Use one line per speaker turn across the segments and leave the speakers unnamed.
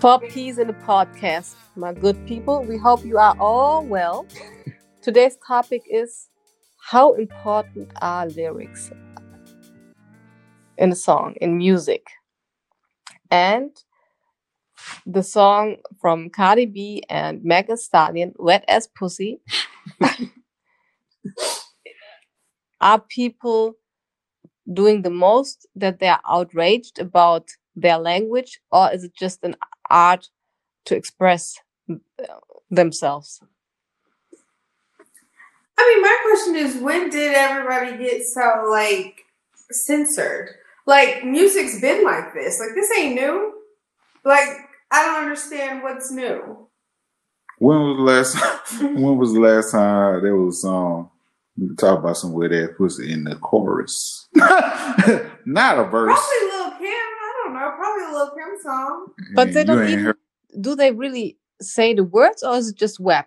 Four P's in the podcast. My good people, we hope you are all well. Today's topic is how important are lyrics in a song, in music? And the song from Cardi B and Megan Stallion, Wet as Pussy, are people doing the most that they are outraged about their language, or is it just an art to express th- themselves?
I mean, my question is when did everybody get so like censored? Like music's been like this. Like this ain't new. Like I don't understand what's new.
When was the last? when was the last time there was a song talk about some weird ass pussy in the chorus? Not a verse.
Probably Lil Kim. I don't know. Probably a Lil Kim song.
But they
You
don't
ain't
even
heard-
do they really say the words, or is it just web?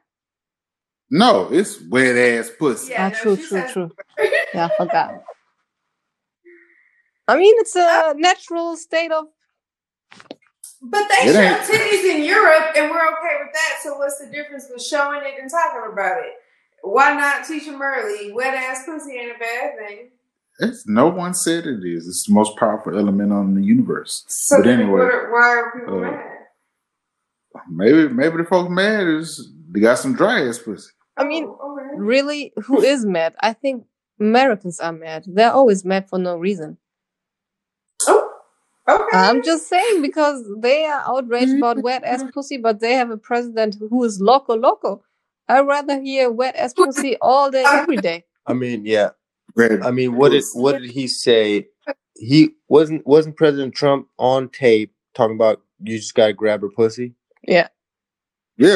No, it's wet ass pussy.
Yeah,
ah,
no,
true,
she
true,
said-
true. Yeah, I forgot. I mean, it's
Uh,
a natural state of
But they
It
show
ain't-
titties in Europe, and we're okay with that. So what's the difference with showing it and talking about it? Why not teach them early? Wet ass pussy ain't a bad thing.
It's, no one said it is. It's the most powerful element on the universe.
So
But
then
anyway,
what are- why are people
uh,
mad?
Maybe maybe the folks mad is they got some dry ass pussy.
I mean,
Oh, okay.
really, who is mad? I think Americans are mad. They're always mad for no reason.
Oh, okay.
I'm just saying because they are outraged about wet ass pussy, but they have a president who is loco loco. I'd rather hear wet ass pussy all day, every day.
I mean, yeah.
Red.
I mean, what did what did he say? He wasn't wasn't President Trump on tape talking about you just gotta grab her pussy.
yeah,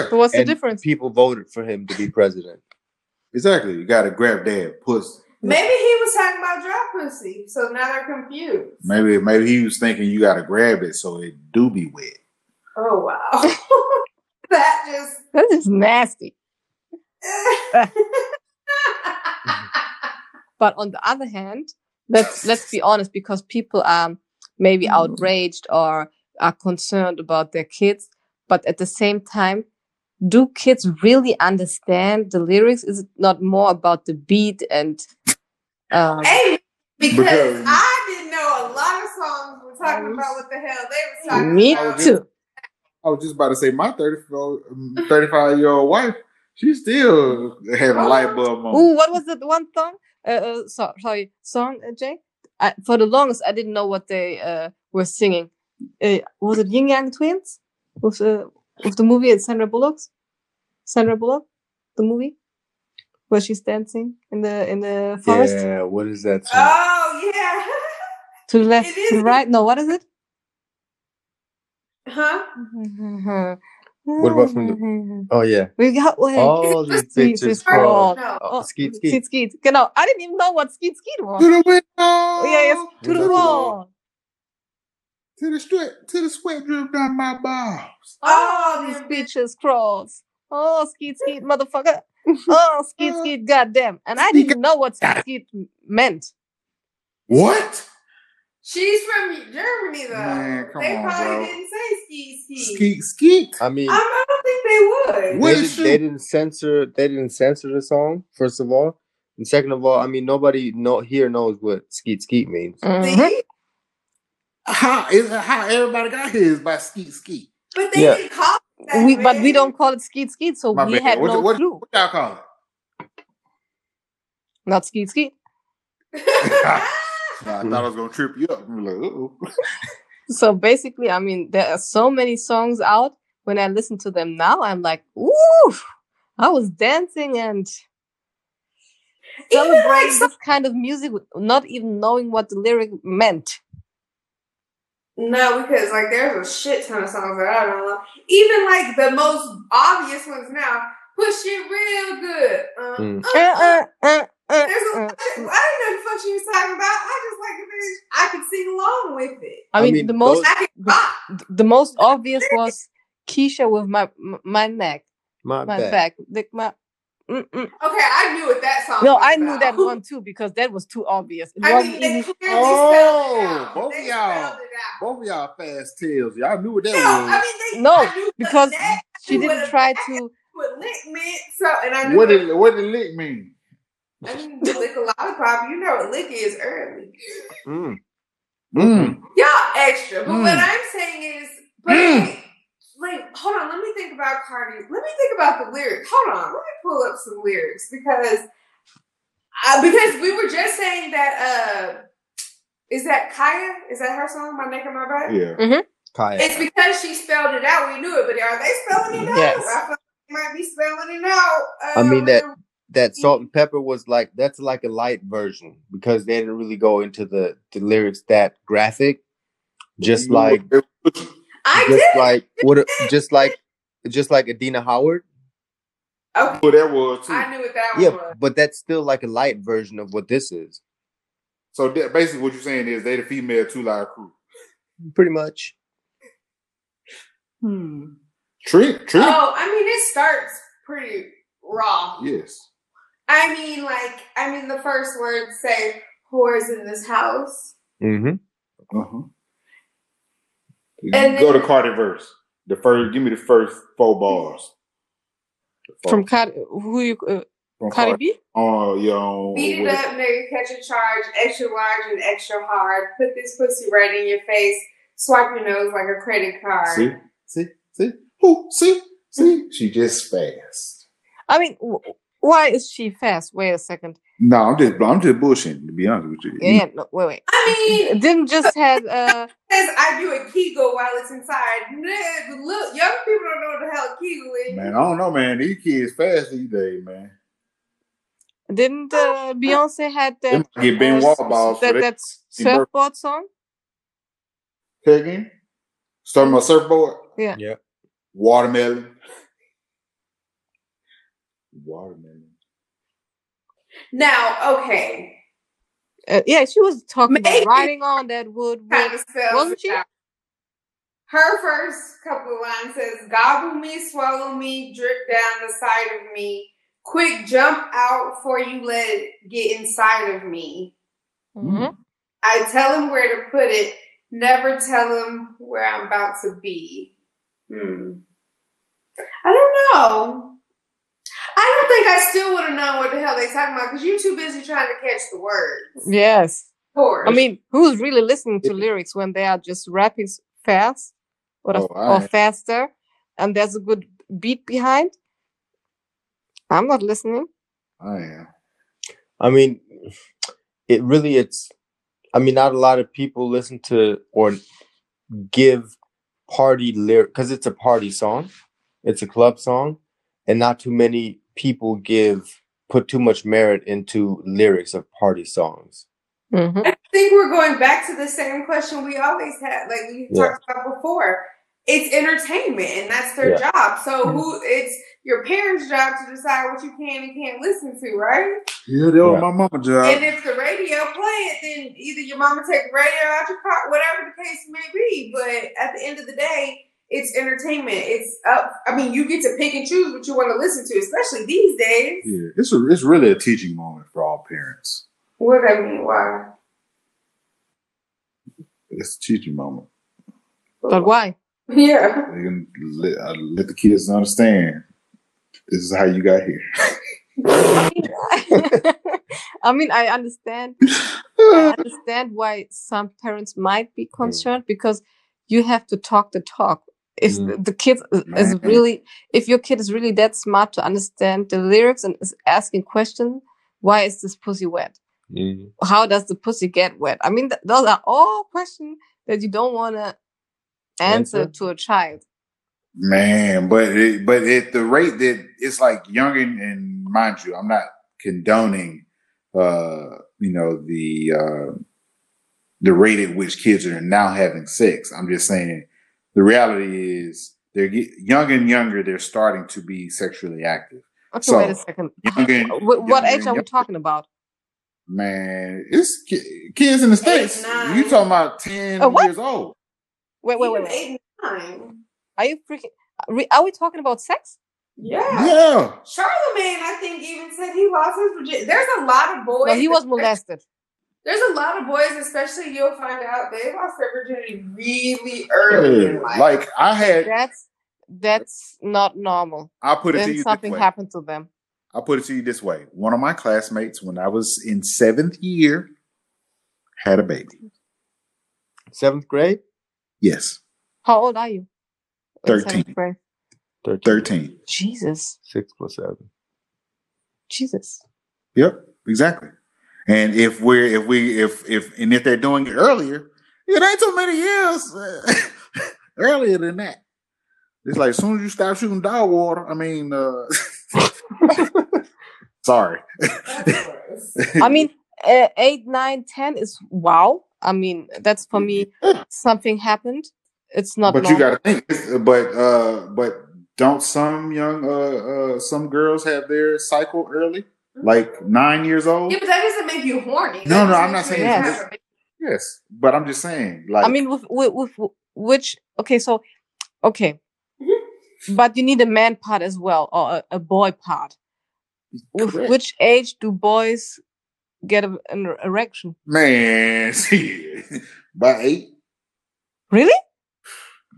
So what's
And
the difference?
People voted for him to be president.
exactly. You got to grab that pussy.
Maybe he was talking about dry pussy, so now they're confused.
Maybe maybe he was thinking you got to grab it so it do be wet.
Oh wow, that just.
That is nasty. But on the other hand, let's let's be honest, because people are maybe
Mhm.
outraged or are concerned about their kids, but at the same time, do kids really understand the lyrics? Is it not more about the beat and um,
hey, because,
Because-
I didn't know a lot of songs were talking about what the hell they was talking
me
about.
too?
I was just about to say my 35 year old wife. She still having a light bulb
Oh.
Ooh,
moment.
what was that one song? Uh, uh so, sorry, song, uh, Jay. I, for the longest, I didn't know what they uh, were singing. Uh, was it Yin Yang Twins with the with the movie and Sandra Bullock's? Sandra Bullock, the movie where she's dancing in the in the forest
Yeah, what is that
Ah!
song?
Oh
to the left,
It
to the
is-
right. No, what is it?
yeah, huh?
what
about from
the?
Oh yeah.
We got wait.
All these bitches
Sweet
called
No.
oh, skeet skeet.
Skeet Skeet. Genau. I didn't even know what Skeet Skeet was.
To the window.
Oh, yeah, yes. To the
Without the wall.
wall.
To the sweat. To the sweat drip down my balls.
Oh, these
them-
bitches crawls. Oh, skeet skeet, motherfucker. Oh, skeet skeet, goddamn. And I
Sneak
didn't know what skeet skeet meant.
What?
She's from Germany though.
Man, come
they
on,
probably
bro.
didn't say ski ski.
Skeet skeet.
I mean,
Ah!
I don't think they would.
What
they,
is
did,
she-
they didn't censor. They didn't censor the song. First of all, and second of all, I mean, nobody know here knows what skeet skeet means.
Mm-hmm.
Mhm.
See?
How is how everybody got here is by skeet skeet.
But they
Yeah.
didn't call it that,
We, but we
man.
don't call it skeet skeet, so
My
we
bad.
had
What-
no
what-
clue.
What y'all call it?
Not skeet skeet.
I
Mhm.
thought I was gonna trip you up. I'm like, uh-oh.
So basically, I mean, there are so many songs out. When I listen to them now, I'm like, ooh, I was dancing and
Even like
celebrating
some-
this kind of music, with- not even knowing what the lyric meant.
No, because like there's a shit ton of songs that I don't know. Even like the most obvious ones now, push it real good. Uh,
Mm.
uh, uh,
Uh, uh, uh, uh,
There's a,
uh.
I didn't know the fuck she was talking about. I just like the bitch. I could sing along with it.
I
I
mean,
mean,
the most
those-
I could rock.
th- the most obvious was Keisha with my m- my neck,
My
my
bad.
back, like my Mm-mm.
Okay, I knew what that song.
No,
was
I knew
about.
that one too because that was too obvious. It
Oh I
wasn't
mean, they
even,
clearly
Oh,
spelled it out.
both
they
of y'all.
spelled it out.
Both of y'all fast tails. Y'all knew what that
No,
was.
I mean, they,
No,
I knew what
because
that
she
would
didn't
have
try to.
would lick me. So, and I knew
what did what did lick mean?
I mean, you lick a lollipop. You know what lick is early.
Mm.
Mm.
Y'all extra. But what
Mm.
I'm saying is, but
Mm.
like, like, hold on. Let me think about Cardi. Let me think about the lyrics. Hold on. Let me pull up some lyrics because, uh, because we were just saying that. uh Is that Kaya? Is that her song? My neck and my back.
Yeah.
Kaya.
It's because she spelled it out. We knew it, but are they spelling it out?
Yes.
I feel like they might be spelling it out. Uh,
I mean that- that
Mhm.
salt and pepper was like that's like a light version because they didn't really go into the, the lyrics that graphic just
You know
like
what-
I
just
did.
like what a- just like just like adina howard
okay,
what that was too.
I knew what that one
yeah
was.
but that's still like a light version of what this is
So that, basically, what you're saying is they the female two live crew.
pretty much
Hmm.
Trick, trick.
Oh, I mean, it starts pretty raw.
Yes.
I mean, like, I mean, the first words say "whores in this house."
mm-hmm.
Uh-huh.
And
Go
then-
to Cardi verse. The first, give me the first four bars. The four-
From Cardi, who you, uh,
from
Cardi B?
Oh, yeah. on-
Beat it
with-
up, nigga, catch a charge, extra large and extra hard. Put this pussy right in your face. Swipe your nose like a credit card.
See, see, see. Who? See, see. She just fast.
I mean, w- why is she fast? Wait a second.
No, I'm just, I'm just bushing. To be honest with you.
Yeah, yeah no, wait, wait.
I mean,
It Didn't just have uh,
says I do a Kegel while it's inside. Nigga, Look, young people don't know what the hell a Kegel is.
Man, I don't know, man. These kids fast these days, man.
didn't uh, Beyonce had
They
that
might get Ben
uh,
Wall balls for
that,
that.
that surfboard song?
Say again. Starting my surfboard.
Yeah.
Yeah.
Watermelon. Watermelon.
Now, okay,
Uh, yeah, she was talking
Maybe.
about riding on that wood.
kind
wood.
of spells
Wasn't
it
she?
out. Her first couple of lines says, "Gobble me, swallow me, drip down the side of me. Quick, jump out before you let it get inside of me.
Mm.
Mhm.
I tell him where to put it. Never tell him where I'm about to be." Hmm. I don't know. I don't think I still would have known what the hell they talking about because you're too busy trying to catch the words.
Yes.
Of course.
I mean, who's really listening to lyrics when they are just rapping s- fast or,
Oh, I
or
ain't.
faster and there's a good beat behind? I'm not listening.
I am.
i mean it really it's i mean not a lot of people listen to or give party lyric because it's a party song it's a club song and not too many people give put too much merit into lyrics of party songs
Mhm.
I think we're going back to the same question we always had, like we
Yeah.
talked about before. It's entertainment, and that's their job. So who? It's your parents' job to decide what you can and can't listen to, right?
Yeah, that was
Yeah.
my mama job.
and if the radio play it, then either your mama take the radio out your car, whatever the case may be. But at the end of the day, it's entertainment. It's up. I mean, you get to pick and choose what you want to listen to, especially these days.
Yeah, it's a, it's really a teaching moment for all parents.
What I mean, why?
It's a teaching moment. Oh.
But why?
Yeah.
They can let, uh, let the kids understand this is how you got here.
I mean, I understand I understand why some parents might be
Hmm.
concerned because you have to talk the talk. If
Hmm.
Mm.
the- the kid is- is
Man.
really, if your kid is really that smart to understand the lyrics and is asking questions, why is this pussy wet?
Mm-hmm.
How does the pussy get wet? I mean, th- those are all questions that you don't want to answer,
Answer?
to a child.
Man, but it, but at the rate that it's like young and, and mind you, I'm not condoning, uh, you know the uh, the rate at which kids are now having sex. I'm just saying the reality is they're get, young and younger. They're starting to be sexually active.
Okay,
So,
wait a second. Uh,
Young and,
Wh- what
younger
age
and
are we
younger.
talking about?
Man, it's ki- kids in the states.
nine.
You talking about ten
Oh, what?
years old?
Wait, wait, wait, wait.
Eight and nine.
uh, Are you freaking? Are we- are we talking about sex?
Yeah.
Yeah.
Charlemagne, I think, even said he lost his virginity. There's a lot of boys.
No, he was molested.
There's a lot of boys, especially you'll find out they lost their virginity really early
Yeah.
in life.
Mm, Like I had,
That's that's not normal.
I'll put it to
Then
you this
something
way.
happened to them.
I'll put it to you this way. One of my classmates, when I was in seventh year, had a baby.
Seventh grade?
Yes,
How old are you? In seventh
13.
grade.
13.
thirteen.
Jesus,
Six plus seven.
Jesus.
Yep, exactly. And if we're if we if if and if they're doing it earlier, it ain't so many years uh, earlier than that. It's like as soon as you stop shooting dog water, I mean, uh sorry.
That's gross.
I mean, uh, eight, nine, ten is wow. I mean, that's for me. Something happened. It's not.
but
normal.
you got to think. it's- But uh, but don't some young uh, uh some girls have their cycle early, like nine years old?
Yeah, but that doesn't make you horny. That
No, no,
just
I'm
makes
not
you
saying
have a-
Yes, but I'm just saying. Like,
I mean, with, with, with which? Okay, so okay, but you need a man part as well, or a, a boy part. With
Correct.
which age do boys get a, an erection?
man, shit. by eight,
Really?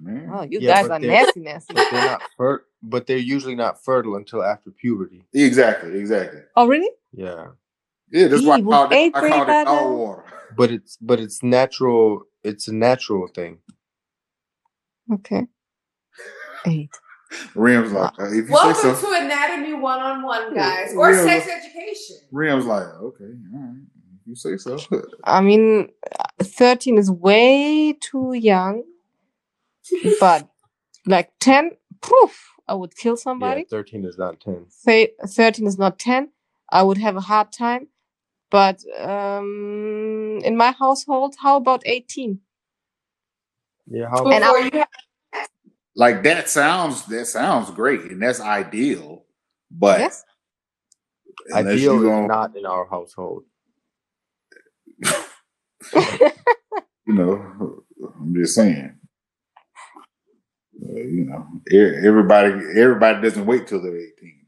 man.
Oh, you
Yeah,
guys
but
are
they-
nasty, nasty.
But they're not fer- but they're usually not fertile until after puberty.
Exactly, exactly.
Oh, really?
Yeah.
Yeah, that's why I
Gee,
called
with
it, I
eight,
called it
baby.
all water.
But it's but it's natural it's a natural thing.
Okay. Eight.
Rim's like, uh, if you say
Welcome
so,
to Anatomy One on One,
Yeah,
guys, or
yeah,
sex education.
Rim's like, okay, all right, if you say so.
I mean, uh, thirteen is way too young, but like ten, poof, I would kill somebody.
Yeah, thirteen is not ten.
Say thirteen is not ten. I would have a hard time. But um, in my household, how about eighteen?
Yeah, how
And I-
Before you have
Like that sounds that sounds great, and that's ideal. But
yes.
unless
ideal
you
is
gonna-
not in our household.
you know, I'm just saying. Uh, you know, e- everybody everybody doesn't wait till they're 18.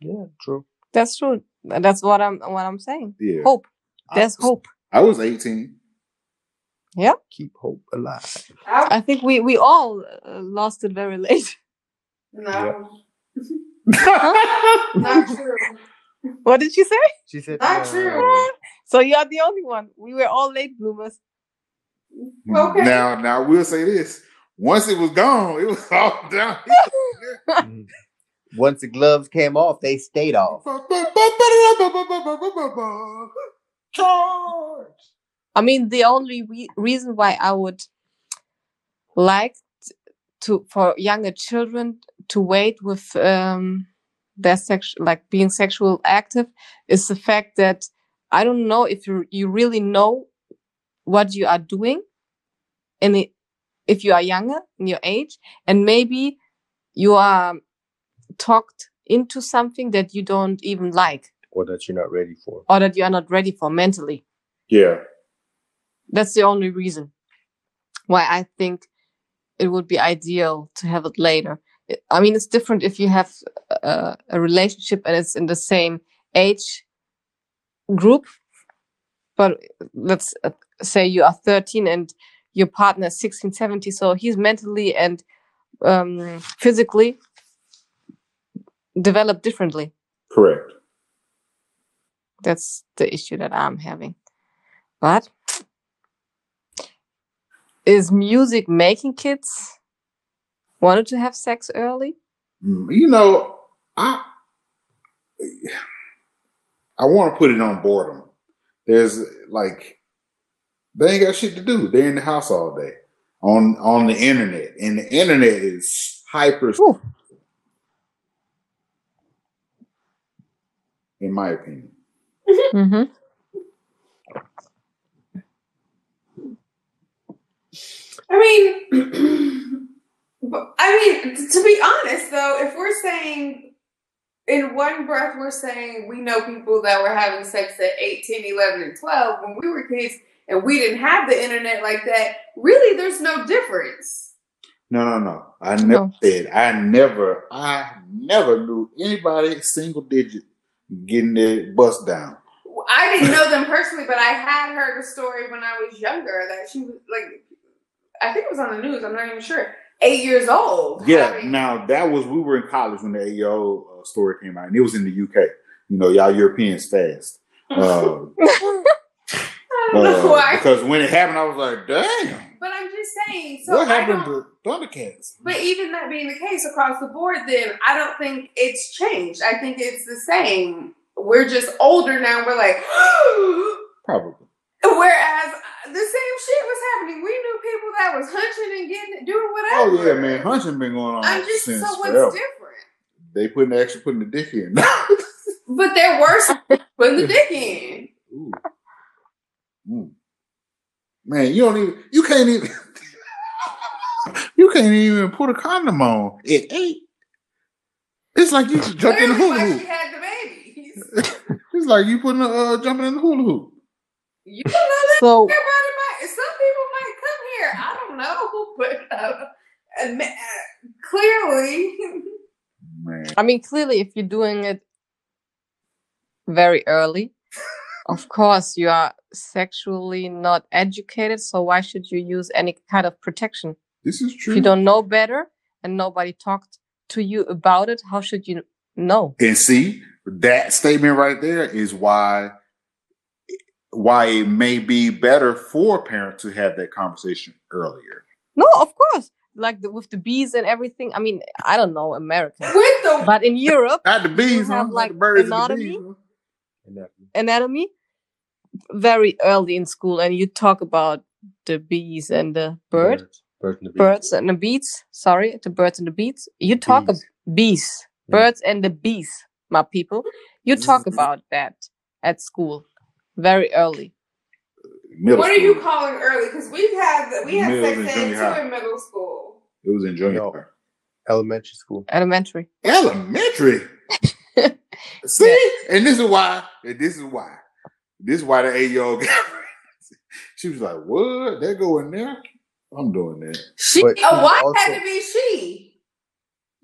Yeah, true.
That's true. That's what I'm what I'm saying.
Yeah,
Hope.
I
There's
was-
hope.
I was 18.
Keep hope alive.
I,
I think we we all uh, lost it very late.
no,
Huh?
not true.
what did you say?
She said
Not
"No."
true.
So you are the only one. We were all late bloomers.
Okay.
Now, now I will say this: once it was gone, it was all down.
Mhm. Once the gloves came off, they stayed off.
Charge.
I mean, the only re- reason why I would like t- to for younger children to wait with um, their sex, like being sexual active, is the fact that I don't know if you you really know what you are doing, and i- if you are younger in your age, and maybe you are talked into something that you don't even like
Or that you're not ready for.
or that you are not ready for mentally.
Yeah,
That's the only reason why I think it would be ideal to have it later. I- I mean, it's different if you have a, a relationship and it's in the same age group. But let's uh, say you are 13 and your partner is 16, 70, so he's mentally and um, physically developed differently.
correct.
That's the issue that I'm having. But is music making kids wanted to have sex early?
Mm, You know, I I want to put it on boredom. There's like they ain't got shit to do. They're in the house all day on on the internet, and the internet is hyper.
Ooh.
In my opinion,
Mm-hmm.
I mean, but- I mean, t- to be honest though, if we're saying in one breath, we're saying we know people that were having sex at 18, 11, and 12 when we were kids and we didn't have the internet like that, really, there's no difference.
No, no, no. I never
No.
said. I never. I never knew anybody single digit getting their bust down.
I didn't know them personally, but I had heard a story when I was younger that she was like, I think it was on the news. I'm not even sure. Eight years old.
Yeah.
having-
Now that was we were in college when the AO uh, story came out, and it was in the UK. You know, y'all Europeans fast. Uh,
I don't know
uh,
why,
because when it happened, I was like, "Damn,
but I'm just saying. So
what
I
happened
don't-
to Thundercats?"
But even that being the case across the board, then I don't think it's changed. I think it's the same. We're just older now. We're like,
Probably.
whereas the same shit was happening. We knew people that was hunching and getting doing whatever.
Oh yeah, man, hunting been going on
I'm just so
since
what's
forever.
different?
They putting they actually putting the dick in.
But they're worse putting the dick in.
Ooh. Mm. Man, you don't even you can't even you can't even put a condom on. It ain't. It's like you jumping in
Clearly,
the hula
why she
hoop.
had the babies.
It's like you putting a uh, jumping in the hula hoop.
You don't know that
So
everybody might. Some people might come here. I don't know, but uh, and, uh, clearly.
Man,
I mean, clearly, if you're doing it very early, of course, you are sexually not educated. So why should you use any kind of protection?
this is
If
true.
you don't know better and nobody talked to you about it, how should you know?
and see that statement right there is why why it may be better for parents to have that conversation earlier.
No, of course. Like the, with the bees and everything. I mean, I don't know America,
with the
but in Europe,
Not the
have,
bees, huh? Not the
like,
birds and the
anatomy?
bees. huh?
And that-
anatomy very early in school, and you talk about the bees and the bird.
Birds, birds and the bees.
birds and the bees. Sorry, the birds and the bees. You talk
Bees.
about bees,
Mm.
birds and the bees, my people. You talk about that at school very early.
Middle
what are you
school.
calling early? Because we've had we had
Middle and
sex ed
junior high.
too in middle school.
It was in junior.
No.
high.
Elementary school.
Elementary.
Elementary. See, and this is why. And this is why. This is why the eight year old got. She was like, "What? They go in there? I'm doing that.
She
But
oh,
she
why
also-
had to be she?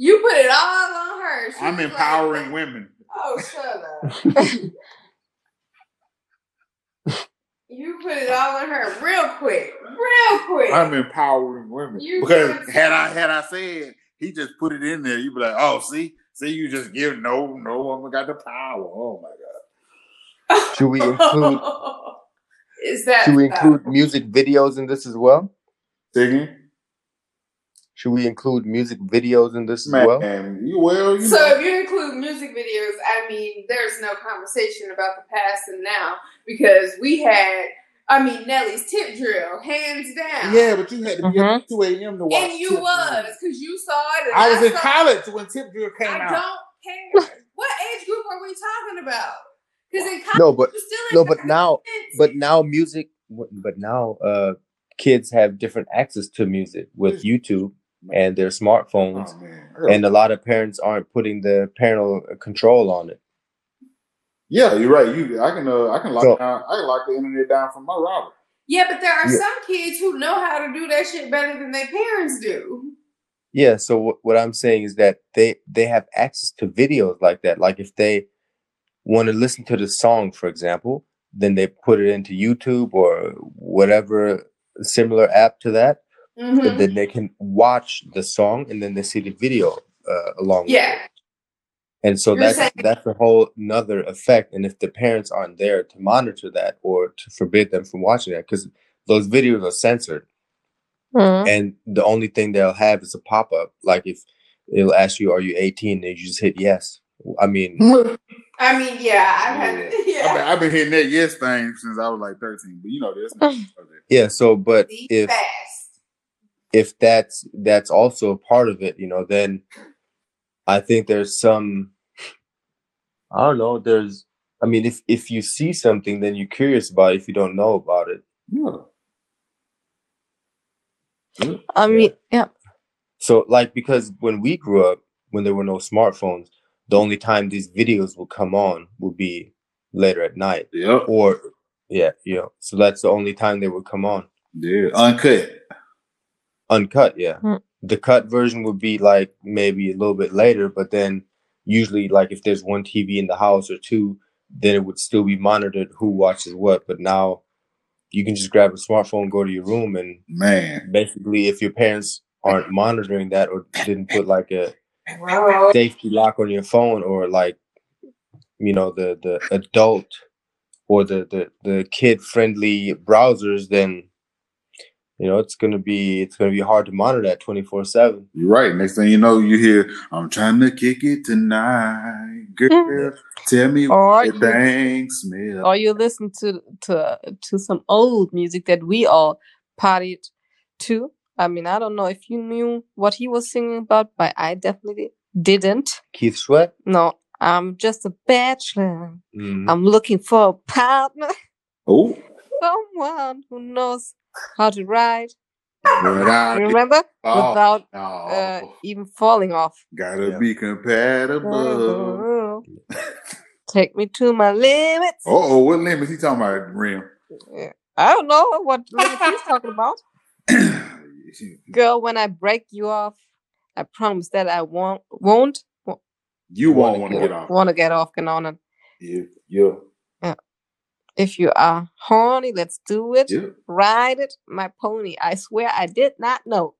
You put it all on her. She
I'm
was like,
empowering women."
oh, shut up. you put it all on her real quick, real quick.
I'm empowering women
You
because
just-
had I had I said he just put it in there, you'd be like, "Oh, see, see, you just give no, no woman got the power." Oh my god.
Should we include
Is that
should we include music videos in this as well?
Singing,
Should we include music videos in this as
man.
well?
You well, you know.
So if you include music videos, I mean, there's no conversation about the past and now because we had, I mean, Nelly's tip drill, hands down.
Yeah, but you had to be up at 2 a.m. to watch.
and you
Tip Drill.
was because you saw it. And
I was in
saw-
college when Tip Drill came
I
out.
don't care. what age group are we talking about? Because in college,
No, but
you still in
no, but now,
college.
but now music, but now uh, kids have different access to music
Mm.
with YouTube and their smartphones,
Oh man.
and a lot of parents aren't putting the parental control on it.
yeah, you're right. You, I can, uh, I can lock
So-
down, I can lock the internet down from my router.
yeah, but there are
Yeah.
some kids who know how to do that shit better than their parents do.
Yeah. So what what I'm saying is that they they have access to videos like that. Like if they want to listen to the song, for example, then they put it into YouTube or whatever similar app to that,
Mhm.
and then they can watch the song and then they see the video uh, along. with
Yeah.
And so
You're
that's
saying-
that's a whole another effect. And if the parents aren't there to monitor that or to forbid them from watching that, because those videos are censored,
Mm-hmm.
Mhm.
and the only thing they'll have is a pop up. Like if it'll ask you, "Are you 18?" and you just hit yes. I
Hmm.
mean,
I mean, yeah, I've had. Yeah.
I've, been, I've been hitting that yes thing since I was like 13, but you know this.
yeah. So, but
The
if
fast.
if that's that's also a part of it, you know, then I think there's some I don't know, there's I mean if if you see something then you're curious about it if you don't know about it.
yeah.
I mean, yeah.
So like because when we grew up, when there were no smartphones, the only time these videos would come on would be later at night.
Yep.
Or yeah, you know. So that's the only time they would come on.
Yeah. Uncut.
Uncut, yeah. the cut version would be like maybe a little bit later, but then usually like if there's one TV in the house or two, then it would still be monitored who watches what. But now you can just grab a smartphone, go to your room, and
Man,
basically if your parents aren't monitoring that or didn't put like a
Wow.
safety lock on your phone or like you know the the adult or the the, the kid friendly browsers then you know it's going to be it's going to be hard to monitor that 24/7
you're right. Next thing you know, you hear, I'm trying to kick it tonight. Girl, tell me
Or
what the
Mm-hmm. you-
thing smell.
or you listen to to to some old music that we all partied to. I mean, I don't know if you knew what he was singing about, but I definitely didn't.
Keith Sweat
No, I'm just a bachelor.
Mhm.
I'm looking for a partner,
Oh,
someone who knows how to ride.
without
You
it
remember?
all.
Without
No,
uh, even falling off.
gotta
Yeah.
be compatible.
Mm-hmm.
Uh
Take me to my limits.
oh, what limits he talking about, Rim?
Yeah. I don't know what limits he's talking about. girl when i break you off i promise that i won't won't
you won't
Wanna
want to
get
get off.
want to get off and on it
Yeah, yeah,
if you are horny let's do it
yeah.
ride it my pony i swear i did not know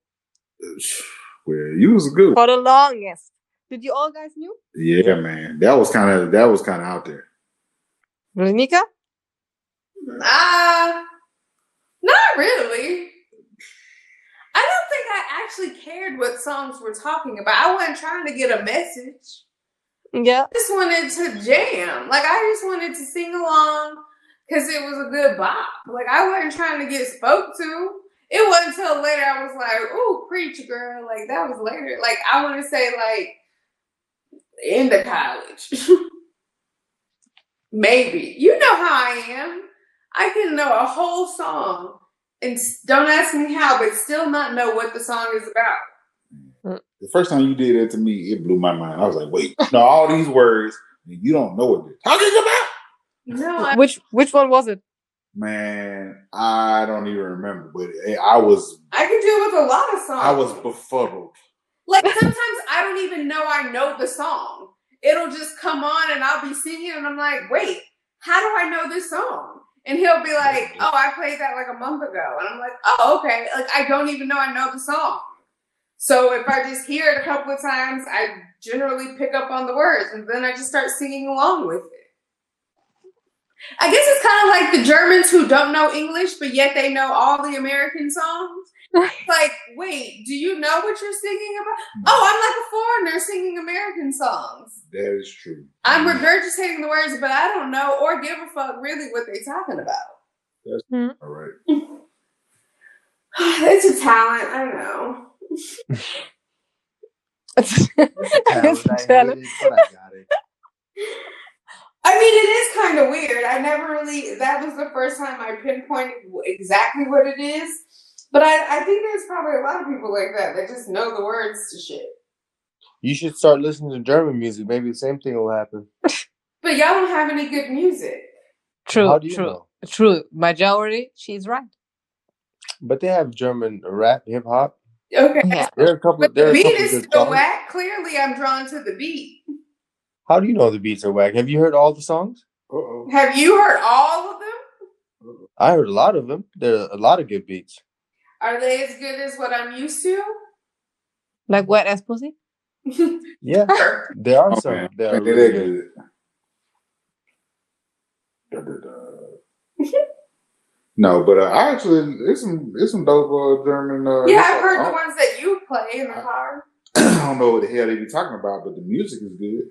Well, you was good.
for the longest did you all guys knew
Yeah,
Yeah.
man. That was kind of that was kind of out there.
really nika
Uh, not really. I don't think I actually cared what songs we're talking about. I wasn't trying to get a message.
yeah
I just wanted to jam. Like I just wanted to sing along because it was a good bop. Like I wasn't trying to get spoke to. It wasn't until later I was like, "Ooh, preach, girl!" Like that was later. Like I want to say, like end of college, maybe. You know how I am. I can know a whole song and s- don't ask me how, but still not know what the song is about.
The first time you did that to me, it blew my mind. I was like, wait, no, all these words, you don't know what they're talking about,
No, I,
which which one was it
man. I don't even remember, but it- I was
I can deal with a lot of songs.
I was befuddled.
Like sometimes I don't even know I know the song. It'll just come on and I'll be singing and I'm like, wait, how do I know this song? And he'll be like, oh, I played that like a month ago. And I'm like, oh, okay. Like I don't even know I know the song. So if I just hear it a couple of times, I generally pick up on the words and then I just start singing along with it. I guess it's kind of like the Germans who don't know English, but yet they know all the American songs. like, wait, do you know what you're singing about? Oh, I'm like a foreigner singing American songs.
That is true.
I'm regurgitating the words, but I don't know or give a fuck really what they're talking about.
All right.
it's a talent, I know.
It's a talent.
It's a
I
talent.
hate it, but I got it.
I mean, it is kind of weird. I never really, that was the first time I pinpointed wh- exactly what it is. But I, I think there's probably a lot of people like that that just know the words to shit.
you should start listening to German music maybe the same thing will happen
But y'all don't have any good music.
true
how do you
true
know
true majority she's right
but they have German rap hip hop
Okay.
yeah
there are a couple
But
there
the
are a
beat
couple
is
good
still
songs
whack. Clearly, I'm drawn to the beat.
how do you know the beats are whack have you heard all the songs
Uh oh.
Have you heard all of them?
I heard a lot of them there are a lot of good beats
Are they as good as what I'm used to?
like wet ass pussy
yeah
Sure.
there are
Oh,
some
man.
that are
Man,
really
that
good
good. Da, da, da. no, but uh, I actually, it's some, it's some dope uh, German. Uh,
yeah,
hip-hop.
I've heard
I
the ones that you play in the
I-
car.
don't, I don't know what the hell they be talking about, but the music is good.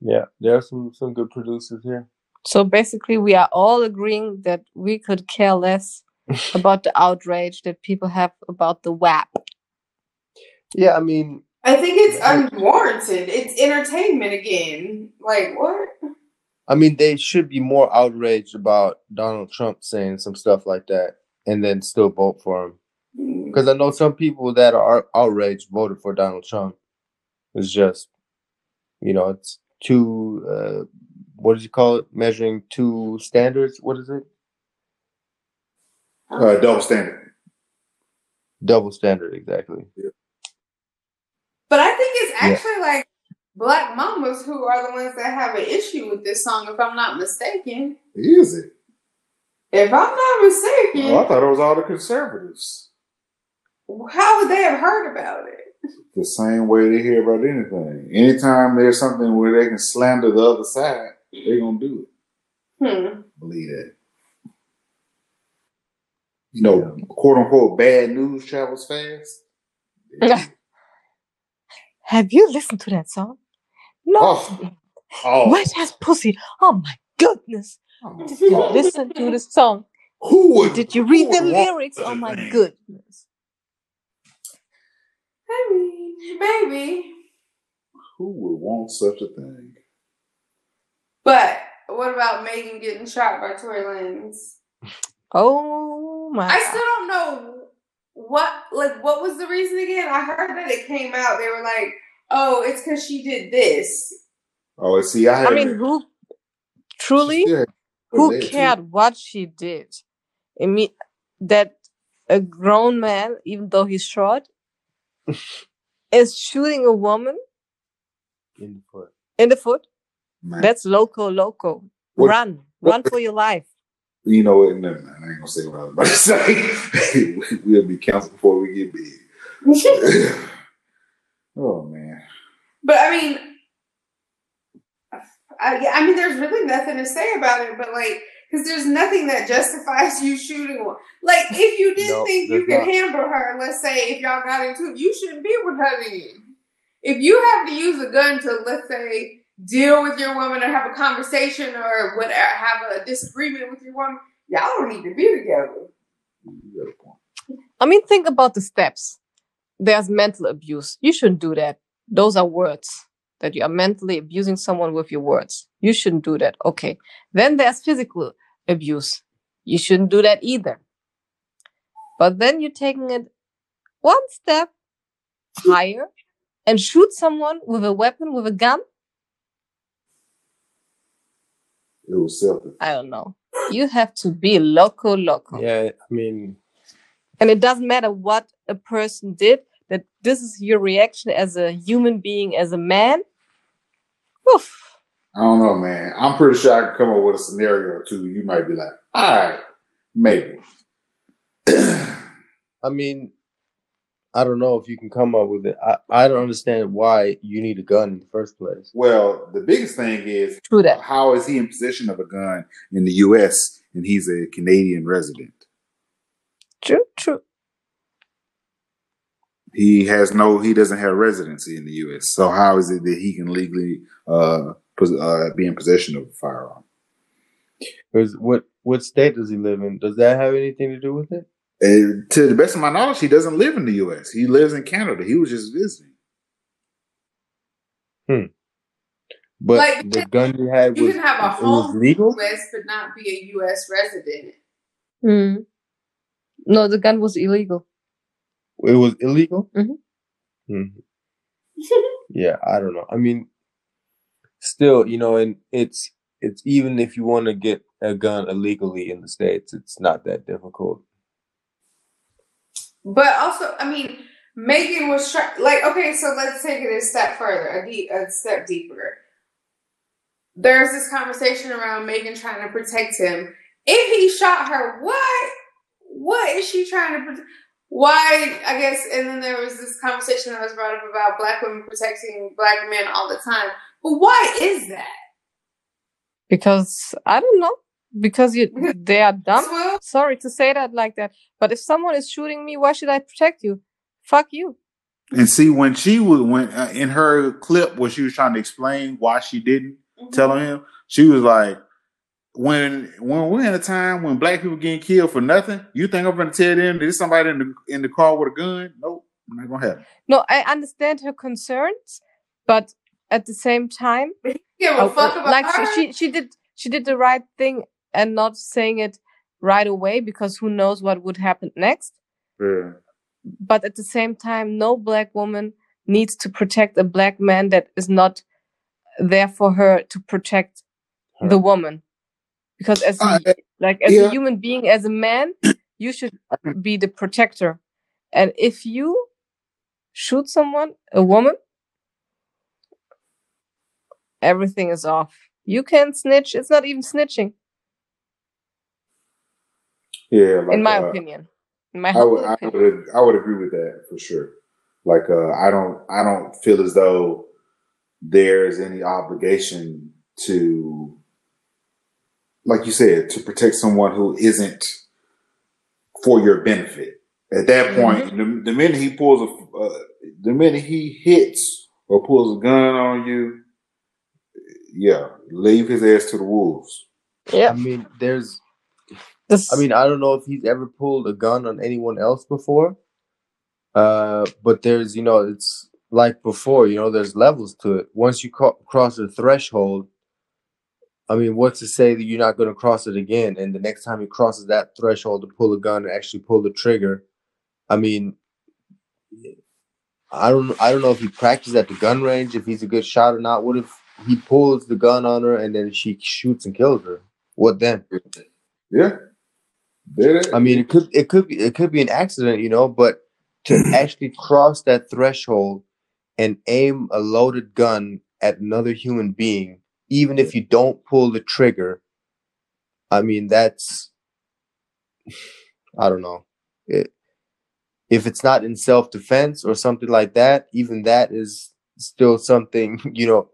Yeah, there are some some good producers here.
So basically, we are all agreeing that we could care less about the outrage that people have about the WAP.
Yeah, I mean,
I think it's
Yeah.
unwarranted. It's entertainment again. Like what?
I mean, they should be more outraged about Donald Trump saying some stuff like that, and then still vote for him. Because I know some people that are outraged voted for Donald Trump. It's just, you know, it's two. Uh, what do you call it? Measuring two standards. What is it?
Uh,
Uh, double standard.
Double standard, exactly.
But I think it's
Yeah.
actually like black mamas who are the ones that have an issue with this song, if I'm not mistaken.
Is it?
If I'm not mistaken,
Well, Oh, I thought it was all the conservatives.
how would they have heard about it?
The same way they hear about anything. Anytime there's something where they can slander the other side, they're gonna do it.
Hmm.
Believe that. You know, quote unquote bad news travels fast.
Have you listened to that song? No.
Oh, oh,
Wet ass pussy. Oh my goodness. Did you
oh.
listen to the song?
Who would?
Did you read
who
the
would want
lyrics?
such
Oh
a
my
thing?
goodness.
I mean, maybe.
Who would want such a thing?
But what about Megan getting shot by Tory Lanez?
Oh my.
I still don't know what like what was the reason again. I heard that it came out. They were like, "Oh, it's because she did this."
Oh, see, I,
I
haven't-
mean, who truly?
Yeah,
who
related to-
cared what she did? I mean, that a grown man, even though he's short, is shooting a woman
In the foot.
in the foot.
Man,
That's loco, loco.
What-
Run,
what-
run for your life.
you know what? Never mind. I ain't gonna say what I was about to say. we'll be canceled before we get big. oh man,
But I mean, I, yeah, I mean, there's really nothing to say about it. But like, because there's nothing that justifies you shooting one. Like, if you did
No,
not think you
there's
could
not.
handle her, let's say if y'all got into it, you shouldn't be with her then. If you have to use a gun to, let's say, deal with your woman or have a conversation or whatever, have a disagreement with your woman, y'all don't need to be together.
you got a point.
I mean, think about the steps. There's mental abuse. You shouldn't do that. Those are words that you are mentally abusing someone with your words. You shouldn't do that. Okay. Then there's physical abuse. You shouldn't do that either. But then you're taking it one step higher and shoot someone with a weapon, with a gun.
It was selfish.
I don't know. You have to be loco loco.
Yeah, I mean,
And it doesn't matter what a person did, that this is your reaction as a human being, as a man. Oof.
I don't know, man. I'm pretty sure I could come up with a scenario or two. You might be like, all right, maybe.
I mean, I don't know if you can come up with it. I, I don't understand why you need a gun in the first place.
Well, the biggest thing is
True that.
how is he in possession of a gun in the U.S. and he's a Canadian resident?
True, true.
he has no he doesn't have residency in the U.S. So how is it that he can legally uh, pos- uh be in possession of a firearm?
Because what what state does he live in? Does that have anything to do with it?
And to the best of my knowledge, he doesn't live in the U.S. He lives in Canada. He was just visiting.
But
Like,
the gun he had
You
was
can have a
it was
home in
legal.
the U.S. but not be a U.S. resident.
Mm. No, the gun was illegal.
It was illegal.
Mm-hmm.
Mhm.
Mhm. yeah, I don't know. I mean, still, you know, and it's it's even if you want to get a gun illegally in the states, it's not that difficult.
But also, I mean, Megan was try- like, okay, so let's take it a step further, a, deep, a step deeper. There's this conversation around Megan trying to protect him. If he shot her, what? What is she trying to protect? Why? I guess. And then there was this conversation that was brought up about black women protecting black men all the time. But why is that?
Because I don't know. Because you they are dumb.
Well,
Sorry to say that like that. But if someone is shooting me, why should I protect you? Fuck you.
And see when she was when uh, in her clip where she was trying to explain why she didn't tell him, she was like, "When when we're in a time when black people getting killed for nothing, you think I'm going to tell them there's somebody in the in the car with a gun? Nope, not going to happen."
No, I understand her concerns, but at the same time,
give a
Oh,
fuck about
like
her.
she, she she did she did the right thing and not saying it right away because who knows what would happen next
Yeah.
but at the same time no black woman needs to protect a black man that is not there for her to protect the woman because as a,
I-
like as
Uh, yeah.
a human being as a man you should be the protector And if you shoot someone, a woman, everything is off. You can snitch. It's not even snitching,
Yeah, like,
in my
uh,
opinion. In my
I
humble
would, I
opinion.
would, I would agree with that for sure. Like, uh, I don't, I don't feel as though there's any obligation to, like you said, to protect someone who isn't for your benefit. At that point, the, the minute he pulls a, uh, the minute he hits or pulls a gun on you, yeah, leave his ass to the wolves.
I
Yeah.
mean, there's
This,
I mean, I don't know if he's ever pulled a gun on anyone else before. Uh, but there's, you know, it's like before, you know, there's levels to it. Once you cro- cross a threshold, I mean, what's to say that you're not going to cross it again? And the next time he crosses that threshold to pull a gun and actually pull the trigger, I mean, I don't, I don't know if he practiced at the gun range, if he's a good shot or not. What if he pulls the gun on her and then she shoots and kills her? What then?
Yeah, There-
I mean, it could it could be it could be an accident, you know, but to actually cross that threshold and aim a loaded gun at another human being, even if you don't pull the trigger, I mean, that's I don't know. It, if it's not in self defense or something like that, even that is still something, you know.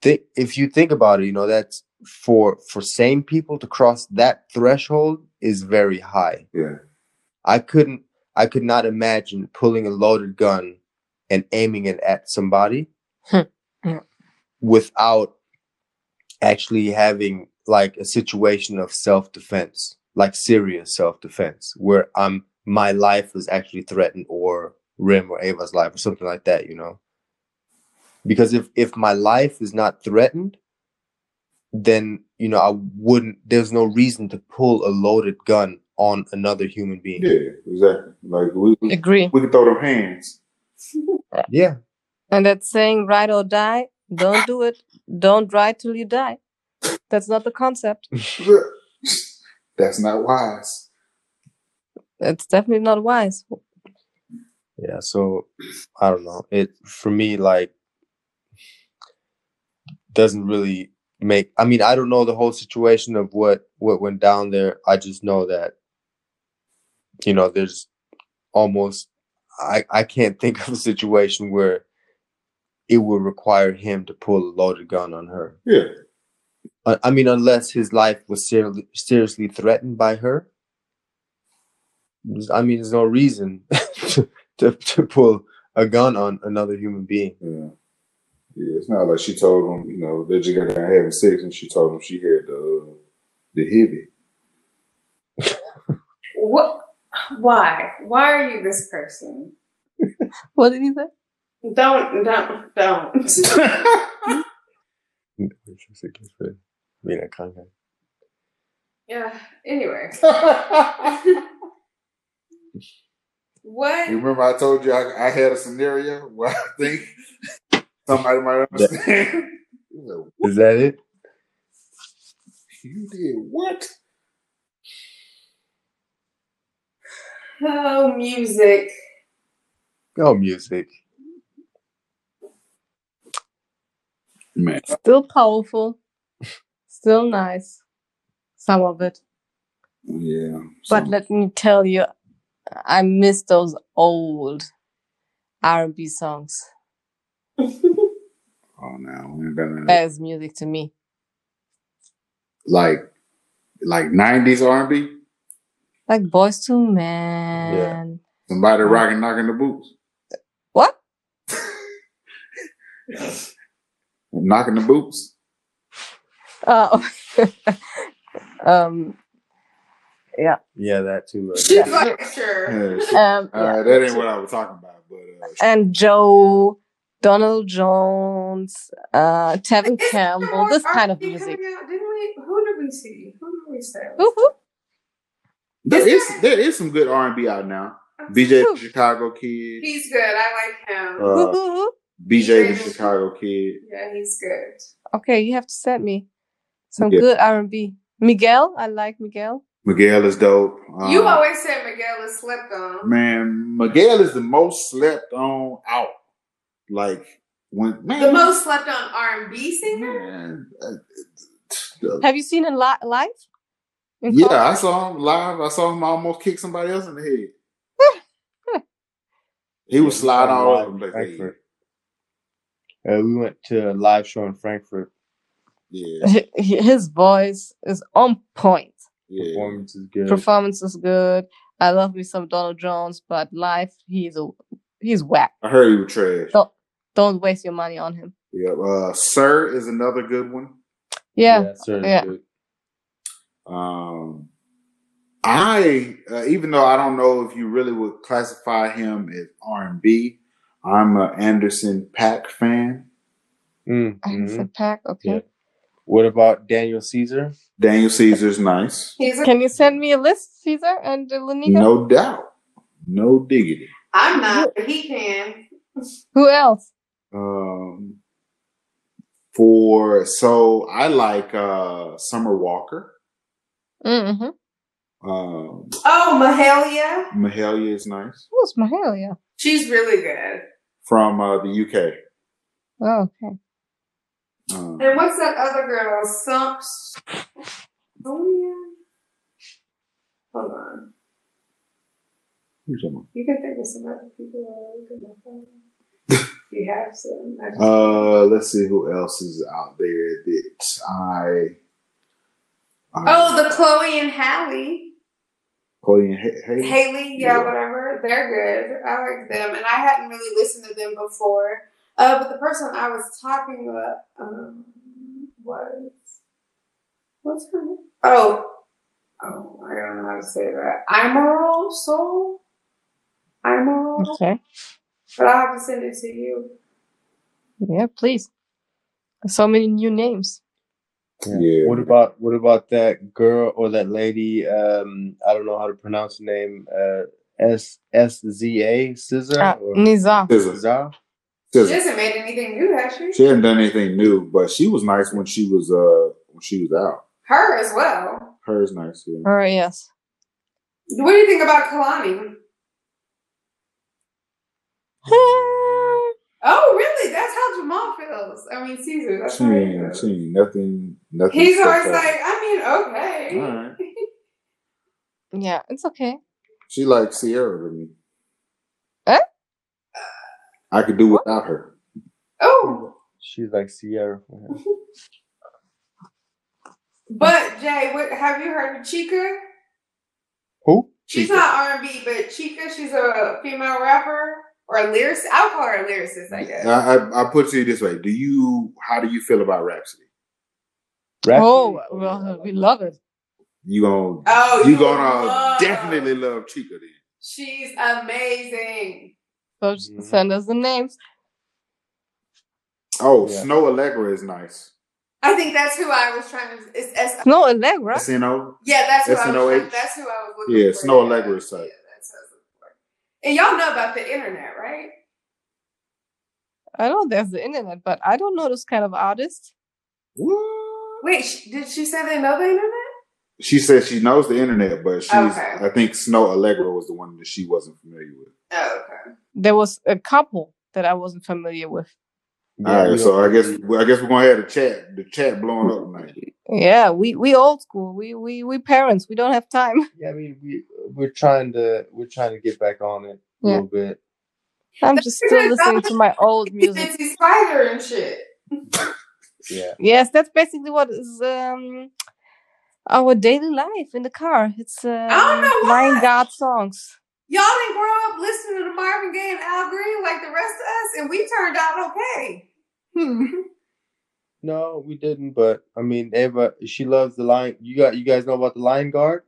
Th- if you think about it, you know, that's for for sane people to cross that threshold is very high.
yeah,
I couldn't I could not imagine pulling a loaded gun and aiming it at somebody
Hmm. Yeah.
without actually having like a situation of self-defense, like serious self-defense, where I'm my life is actually threatened or Rim or Ava's life or something like that, you know? Because if if my life is not threatened, then you know I wouldn't there's no reason to pull a loaded gun on another human being.
yeah, exactly. Like we, we
agree.
we can throw them hands.
yeah.
And that saying, ride or die, don't do it. Don't ride till you die. That's not the concept.
That's not wise.
That's definitely not wise.
Yeah, so I don't know. It for me like doesn't really make I mean, I don't know the whole situation of what what went down there. I just know that you know, there's almost I I can't think of a situation where it would require him to pull a loaded gun on her.
Yeah,
Uh, I, I mean, unless his life was ser- seriously threatened by her. There's- I mean, there's no reason to, to to pull a gun on another human being.
yeah, yeah. It's not like she told him, you know, they just got down having sex, and she told him she had the uh, the heavy.
What? Why? Why are you this person?
What did he say?
Don't, don't, don't.
Mira, Kanye.
yeah. Anyway,
you
what?
remember I told you I, I had a scenario where I think somebody might
That-
understand. You know,
Is that it?
you did what?
Oh, music.
Oh, music.
Man,
Still powerful, still nice, some of it.
yeah.
But let me tell you, I miss those old R&B songs
oh no, we ain't got none of that.
as music to me.
uh, like like nineties R and B.
Like Boys to Men.
Somebody rocking, knocking the boots,
What?
knocking the boots.
Oh. um, yeah.
Yeah, that too. uh, right?
She's like, sure.
Yeah, shit.
Um, yeah.
Uh, that ain't what I was talking about, but uh,
and Joe, Donald Jones, uh, Tevin
Isn't there
Campbell,
more
this kind of
R&B
music.
coming out? Didn't we? Who did we see? Who did we say?
Woo hoo.
there is there is some good R and B out now. BJ the Chicago Kid,
He's good. I like him.
Woo
uh,
hoo hoo.
BJ the Chicago Kid.
yeah, he's good.
Okay, you have to send me some
Yeah.
good R&B. Miguel, I like Miguel.
Miguel is dope.
you
Um,
always said Miguel is slept on.
man, Miguel is the most slept on out. Like when man,
The most slept on R and B singer.
man, uh, uh,
Have you seen him li- live? In
yeah,
concert?
I saw him live. I saw him almost kick somebody else in the head. he was sliding all over the place.
Frankfurt. Uh, we went to a live show in Frankfurt.
Yeah,
H- His voice is on point.
yeah.
Performance is good.
Performance is good. I love me some Donald Jones, but live he's a he's whack.
I heard he was trash.
Don't don't waste your money on him.
Yeah, uh, Sir is another good one.
Yeah,
sir,
yeah.
good.
Um, I uh, even though I don't know if you really would classify him as R and B, I'm an Anderson Pack fan.
Mm, mhm.
Mm-hmm.
Anderson Pack. Okay.
Yeah. What about Daniel Caesar?
Daniel Caesar's nice,
He's a,
Can you send me a list, Caesar and uh, Laniga?
no doubt, no diggity.
I'm not, but he can.
Who else?
Um, for so I like uh, Summer Walker.
Mm-hmm.
Um,
Oh, Mahalia,
Mahalia is nice
Who's Oh, Mahalia?
she's really good.
from uh, the UK.
Oh, okay.
Um,
And what's that other girl? Some. Sonia. Hold on.
who's that one?
You can think of some other people. while I look at my phone. You have some. I just-
Uh, let's see who else is out there that I.
oh, the Chloe and Hallie.
Chloe and Haley.
Haley, yeah,
Yeah.
whatever. They're good. I like them, and I hadn't really listened to them before. Uh, but the person I was talking about um, was what's her name? Oh, oh, I don't know how to say that. Immoral Soul. Immoral,
Okay.
but I have to send it to you.
Yeah, please. So many new names.
Yeah.
Yeah.
What about what about that girl or that lady? Um, I don't know how to pronounce the name. Uh, S S Z A Scissor
Uh,
or
Niza.
SZA.
Cesar?
She
SZA.
hasn't made anything new, has she?
She hadn't done anything new, but she was nice when she was uh when she was out.
Her as well.
Hers nice. Yeah.
Oh, yes.
What do you think about Kalani? Oh, really? That's how Jamal feels. I mean, Caesar. That's
She
how he
ain't,
feels.
she ain't nothing nothing.
He's always
special.
like, I mean, okay.
All right.
yeah, it's okay.
She like Sierra to me.
Eh?
I could do without her.
Oh,
She's like Sierra. for him.
but Jay, what have you heard of Chica?
Who?
She's
Chica.
not R and B, but Chica, she's a female rapper or a lyricist. I'll call her a lyricist, I guess.
I, I I put it to you this way. Do you how do you feel about Rhapsody?
Rhapsody?
Oh,
yeah, I
well,
like
we
that.
love it.
You gonna
oh,
you
you'll
gonna
love-
definitely love Chica then.
She's amazing.
So
Mhm.
send us the names.
Oh,
Yeah.
Snow Allegra is nice.
I think that's who I was trying to. It's S.
No, Allegra.
S N O.
Yeah, that's who I was.
SNOH?
Trying, that's who I was looking
Yeah,
for.
Snow Allegra is
Yeah,
tight.
that's who I was looking for. And y'all know about the internet, right?
I know there's the internet, but I don't know this kind of artist.
What?
Wait, sh- did she say they know the internet?
She says she knows the internet, but she's
Okay.
I think Snow Allegra was the one that she wasn't familiar with.
Oh, okay.
There was a couple that I wasn't familiar with.
Yeah,
All
we
right, so I
also
guess
do-
well, I guess we're gonna have the chat the chat blowing up tonight.
Yeah, we we old school. We we we parents. We don't have time.
yeah, I mean we we're trying to we're trying to get back on it a
Yeah.
little bit.
I'm just still listening to my old music.
Fifty Spider and shit.
Yeah.
Yes, that's basically what is um our daily life in the car. It's uh
don't know why.
Lion God songs.
Y'all didn't grow up listening to Marvin Gaye and Al Green like the rest of us, and we turned out okay.
No, we didn't, but I mean Ava she loves the lion you got you guys know about the lion guard?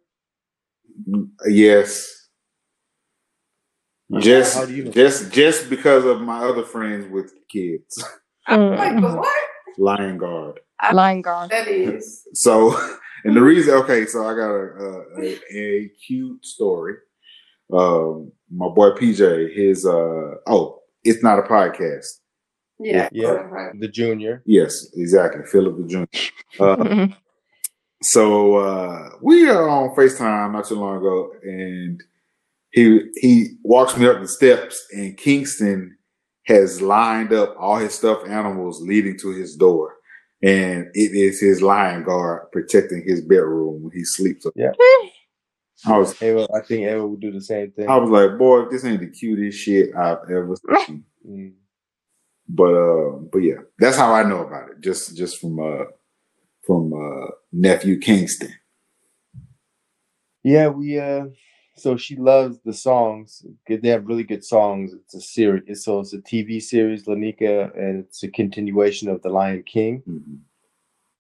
Uh, Yes. Just
How do you know?
just just because of my other friends with kids.
Like, but what?
Lion Guard.
Lion God.
That is.
So, and the reason, okay, so I got a a, a, a cute story. Um, my boy PJ, his uh oh, it's not a podcast.
Yeah.
Yeah. The junior.
Yes, exactly. Philip the Jr. Uh, So uh, we are on FaceTime not too long ago, and he he walks me up the steps, and Kingston has lined up all his stuffed animals leading to his door, and it is his lion guard protecting his bedroom when he sleeps.
Yeah.
I was
Ava, I think Ava would do the same thing.
I was like, boy, this ain't the cutest shit I've ever seen.
Mm.
but uh but yeah that's how i know about it just just from uh from uh nephew kingston
Yeah, we uh so she loves the songs. Good- They have really good songs. It's a series. It's, so it's a TV series, Lanika, and it's a continuation of The Lion King.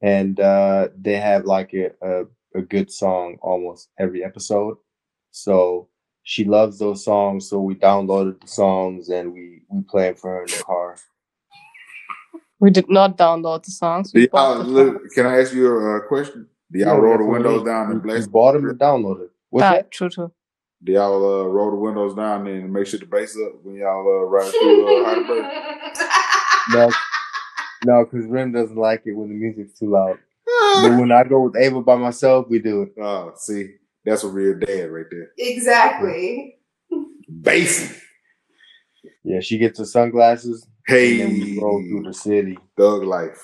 And uh they have like a, a, a good song almost every episode. So she loves those songs. So we downloaded the songs and we we play 'em for her in the car.
We did not download the songs.
Do
We
y'all-
bought the
look,
songs.
can i ask you a uh, question do y'all
Yeah,
roll
that's
the
what Mm-hmm. I
windows
mean.
down
We- Uh,
and bless
We bought them and downloaded. What's
Ah,
that?
true, true.
do y'all uh, roll the windows down and make sure the bass up when y'all uh, ride through uh, Heidelberg?
No, no, because Rim doesn't like it when the music's too loud. But when I go with Ava by myself, we do it.
Oh, see, that's a real dad right there.
exactly.
Bassing.
Yeah, she gets her sunglasses, and then we
Hey,
roll through the city.
thug life.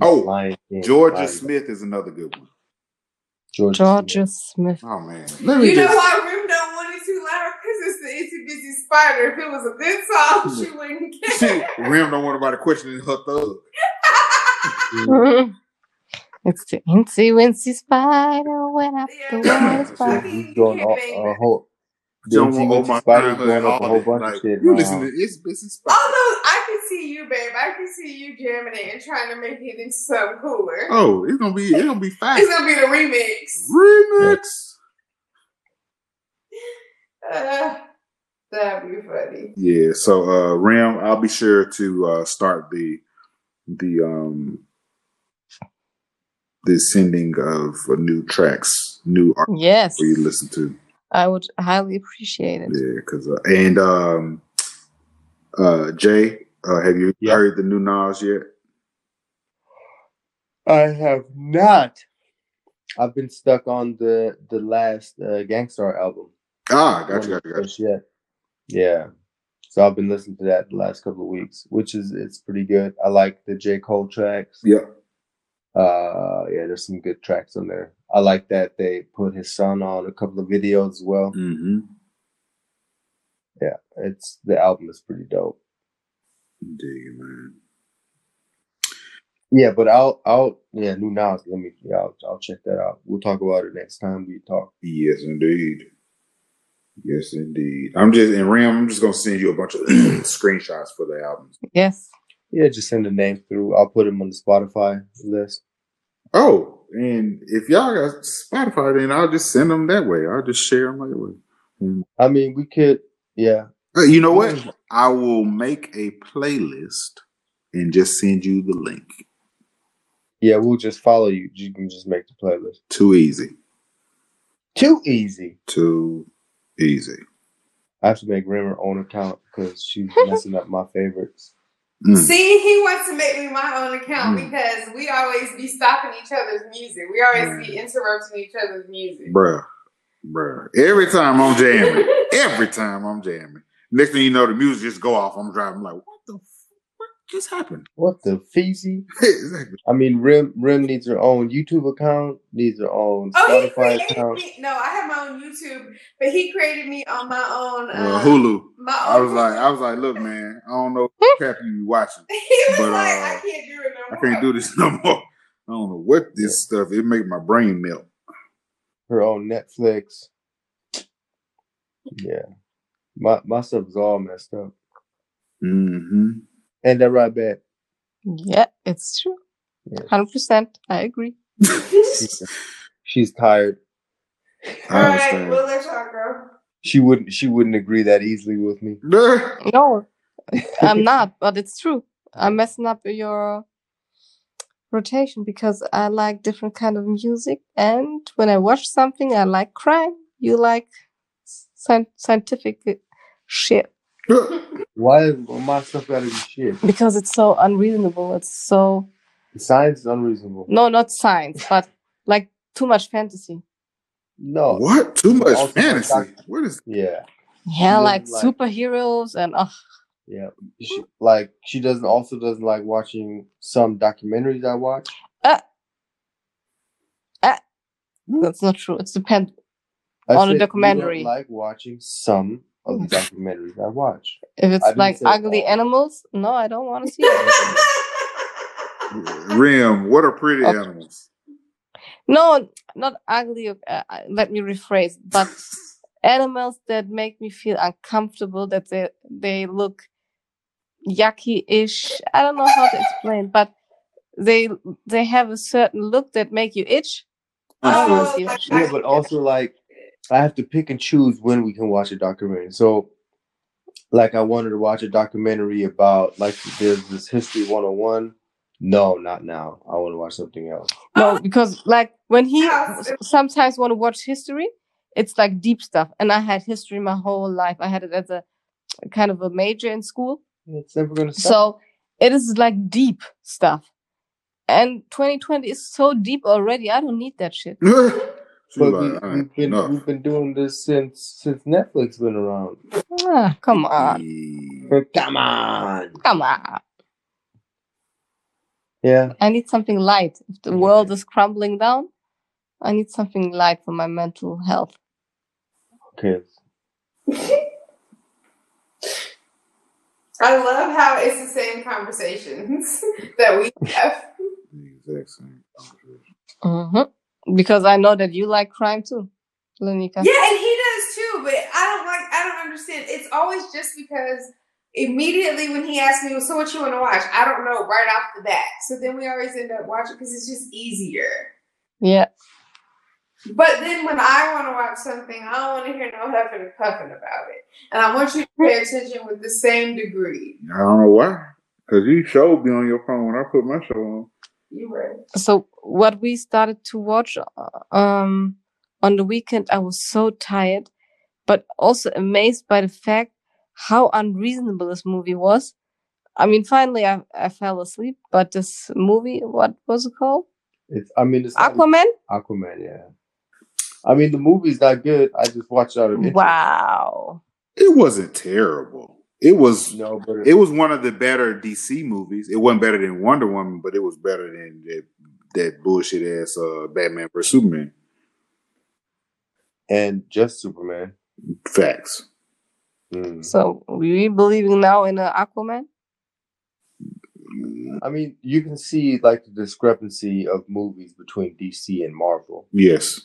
Oh,
Lion King,
Georgia
Lion-
Smith is another good one.
Georgia.
Georgia Smith.
Oh man, let me
You know
just.
why Rim don't want it too loud? Because it's the Itsy Bitsy Spider. If it was a good
Hmm.
song, she wouldn't care.
See, Rim don't want nobody questioning her thug.
Smith. Mm.
Mhm. it's the Incy Wincy Spider went up the
Yeah,
wall.
I
Shit,
Spider.
think
he's
you
going
can't
all,
make
a
that.
whole. The
Don't want
Incy
oh
Wincy
my
Spider is
time
going
and
up a
all
whole
that.
bunch of
Like
shit. in
you
my
listen
house.
to it's business.
Although I can see you, babe. I can see you jamming it and trying to make it into something cooler.
Oh, it's gonna be it's gonna be fast.
It's gonna be the remix.
Remix.
Uh, that'd be funny.
Yeah. So uh Ram, I'll be sure to uh start the the um the sending of uh, new tracks, new art
Yes,
for you to listen to.
I would highly appreciate it.
Yeah, because uh, and um uh Jay, uh, have you
Yeah.
heard the new Nas yet?
I have not. I've been stuck on the the last uh, Gangstar album.
Ah,
One
gotcha,
of
gotcha,
the
gotcha.
first yet. Yeah. So I've been listening to that the last couple of weeks, which is it's pretty good. I like the J. Cole tracks.
Yeah.
Uh yeah, there's some good tracks on there. I like that they put his son on a couple of videos as well.
Mm-hmm.
Yeah, it's the album is pretty dope.
Dig it, man.
Yeah, but I'll I'll yeah, new Nas. Let me yeah, I'll, I'll check that out. We'll talk about it next time we talk.
Yes, indeed. Yes, indeed. I'm just and Ram. I'm just gonna send you a bunch of screenshots for the albums.
Yes.
Yeah, just send the name through. I'll put him on the Spotify list.
Oh, and if y'all got Spotify, then I'll just send them that way. I'll just share them that way. Mm.
I mean, we could yeah.
Hey, You know what? I will make a playlist and just send you the link.
Yeah, we'll just follow you. You can just make the playlist.
Too easy.
Too easy.
Too easy.
I have to make Rim her own account because she's messing up my favorites.
Mm.
See, he wants to make me my own account
Mm.
because we always be stopping each other's music. We always be interrupting each other's music.
Hmm. Bruh, bruh. Every time I'm jamming, every time I'm jamming. Next thing you know, the music just go off. I'm driving. I'm like, what the? F- what just happened?
What the feezy?
exactly.
I mean, Rim Rim needs her own YouTube account, needs her own
Oh, he
Spotify
created
account.
me. No, I have my own YouTube, but he created me on my own
Uh,
uh,
Hulu.
My
I
own.
was like, I was like, look, man, I don't know what crap you be watching.
he was
but,
like,
uh,
I can't do it
I
no more.
can't do this no more. I don't know what this stuff. It make my brain melt.
Her own Netflix. Yeah, my my stuff is all messed up.
Mm-hmm.
And that right back.
Yeah, it's true.
Yeah.
100%. I agree.
She's, she's tired.
All
I
right,
understand.
we'll let y'all go.
She wouldn't she wouldn't agree that easily with me.
Duh.
No, I'm not, but it's true. I'm messing up your rotation because I like different kind of music. And when I watch something, I like crime. You like scien- scientific shit
Duh.
Why is my stuff gotta be shit?
because it's so unreasonable. It's so
Science is unreasonable.
no, not science, but like Too much fantasy.
No.
What? Too much
Also,
fantasy.
like,
What is?
Yeah.
Yeah,
Then,
like,
like-
superheroes and oh,
Yeah. She, like she doesn't also doesn't like watching some documentaries I watch.
that's not true. It's depend.
I
On a
said, "You don't
documentary."
like watching some of the documentaries I watch.
If
I
it's
didn't
like
say
ugly
all.
animals, no, I don't want to see it.
Rim, what are pretty
Okay.
animals?
No, not ugly. Uh, uh, let me rephrase. But animals that make me feel uncomfortable, that they they look yucky-ish. I don't know how to explain, but they they have a certain look that make you itch. I don't want to see that
Yeah,
shit.
but also like I have to pick and choose when we can watch a documentary. So like I wanted to watch a documentary about like there's this history 101. No, not now. I want to watch something else.
No, because like when he
Yeah.
s- sometimes want to watch history, it's like deep stuff. And I had history my whole life. I had it as a kind of a major in school.
It's never gonna stop.
So it is like deep stuff. And 2020 is so deep already. I don't need that shit.
she was like,
but we,
all
we've
right,
been
enough.
we've been doing this since since Netflix been around.
Ah, come on.
Come on.
Come on.
Yeah.
I need something light. If the world is crumbling down, I need something light for my mental health.
Okay.
I love how it's the same conversations that we have.
The exact same conversation.
Mm-hmm. Because I know that you like crime too, Lenika.
Yeah, and he does too, but I don't like I don't understand. It's always just because immediately when he asked me, well, so what you want to watch? I don't know right off the bat. So then we always end up watching because it's just easier.
Yeah.
But then when I want to watch something, I don't want to hear no huffing and puffing about it. And I want you to pay attention with the same degree.
I don't know why. Because you showed me on your phone when I put my show on.
You right.
So what we started to watch uh, um, on the weekend, I was so tired, but also amazed by the fact how unreasonable this movie was. I mean, finally, I, I fell asleep, but this movie, what was it called?
It's I mean it's not
Aquaman?
Aquaman, yeah. I mean the movie's not good. I just watched it out of interest.
Wow.
It wasn't terrible. It was
No, but
it was one of the better DC movies. It wasn't better than Wonder Woman, but it was better than that, that bullshit ass uh, Batman vs Superman.
and just Superman.
Facts.
Mm.
So we believing now in uh, Aquaman?
I mean, you can see like the discrepancy of movies between DC and Marvel.
Yes.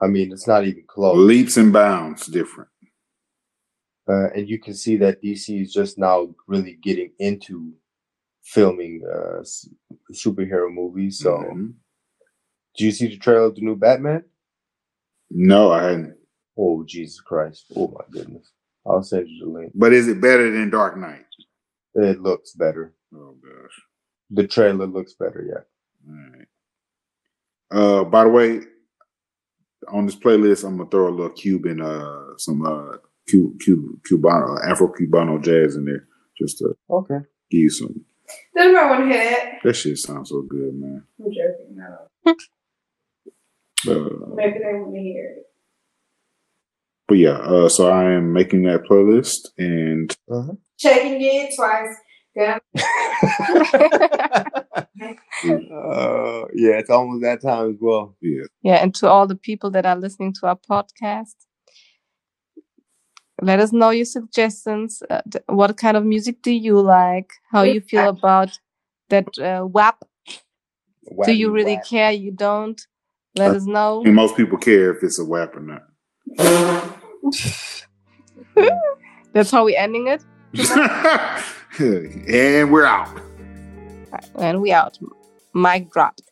I mean, it's not even close.
Leaps and bounds different.
Uh, and you can see that DC is just now really getting into filming uh, s- superhero movies. So,
Mhm.
do you see the trailer of the new Batman?
no, I hadn't.
Oh Jesus Christ! Oh my goodness! I'll send you the link.
But is it better than Dark Knight?
It looks better.
Oh gosh.
The trailer looks better. Yeah.
All right. Uh, by the way, on this playlist, I'm gonna throw a little Cuban, uh, some uh, Cu- Cu- Cubano, Afro Cubano jazz in there, just to
Okay.
give you some.
Then I want to hear that.
That shit sounds so good, man.
I'm joking. No.
Uh,
Maybe they want to hear it.
but yeah, uh, so I am making that playlist, and
Uh-huh.
Checking it twice. Down.
uh, yeah, it's almost that time as well.
yeah,
Yeah, and to all the people that are listening to our podcast, let us know your suggestions. Uh, d- what kind of music do you like? How you feel about that uh, WAP? Do you
Wacky
really
whack.
care? You don't? Let us know.
and most people care if it's a whap or not.
That's how we're ending it.
and we're out.
And we out. Mic dropped.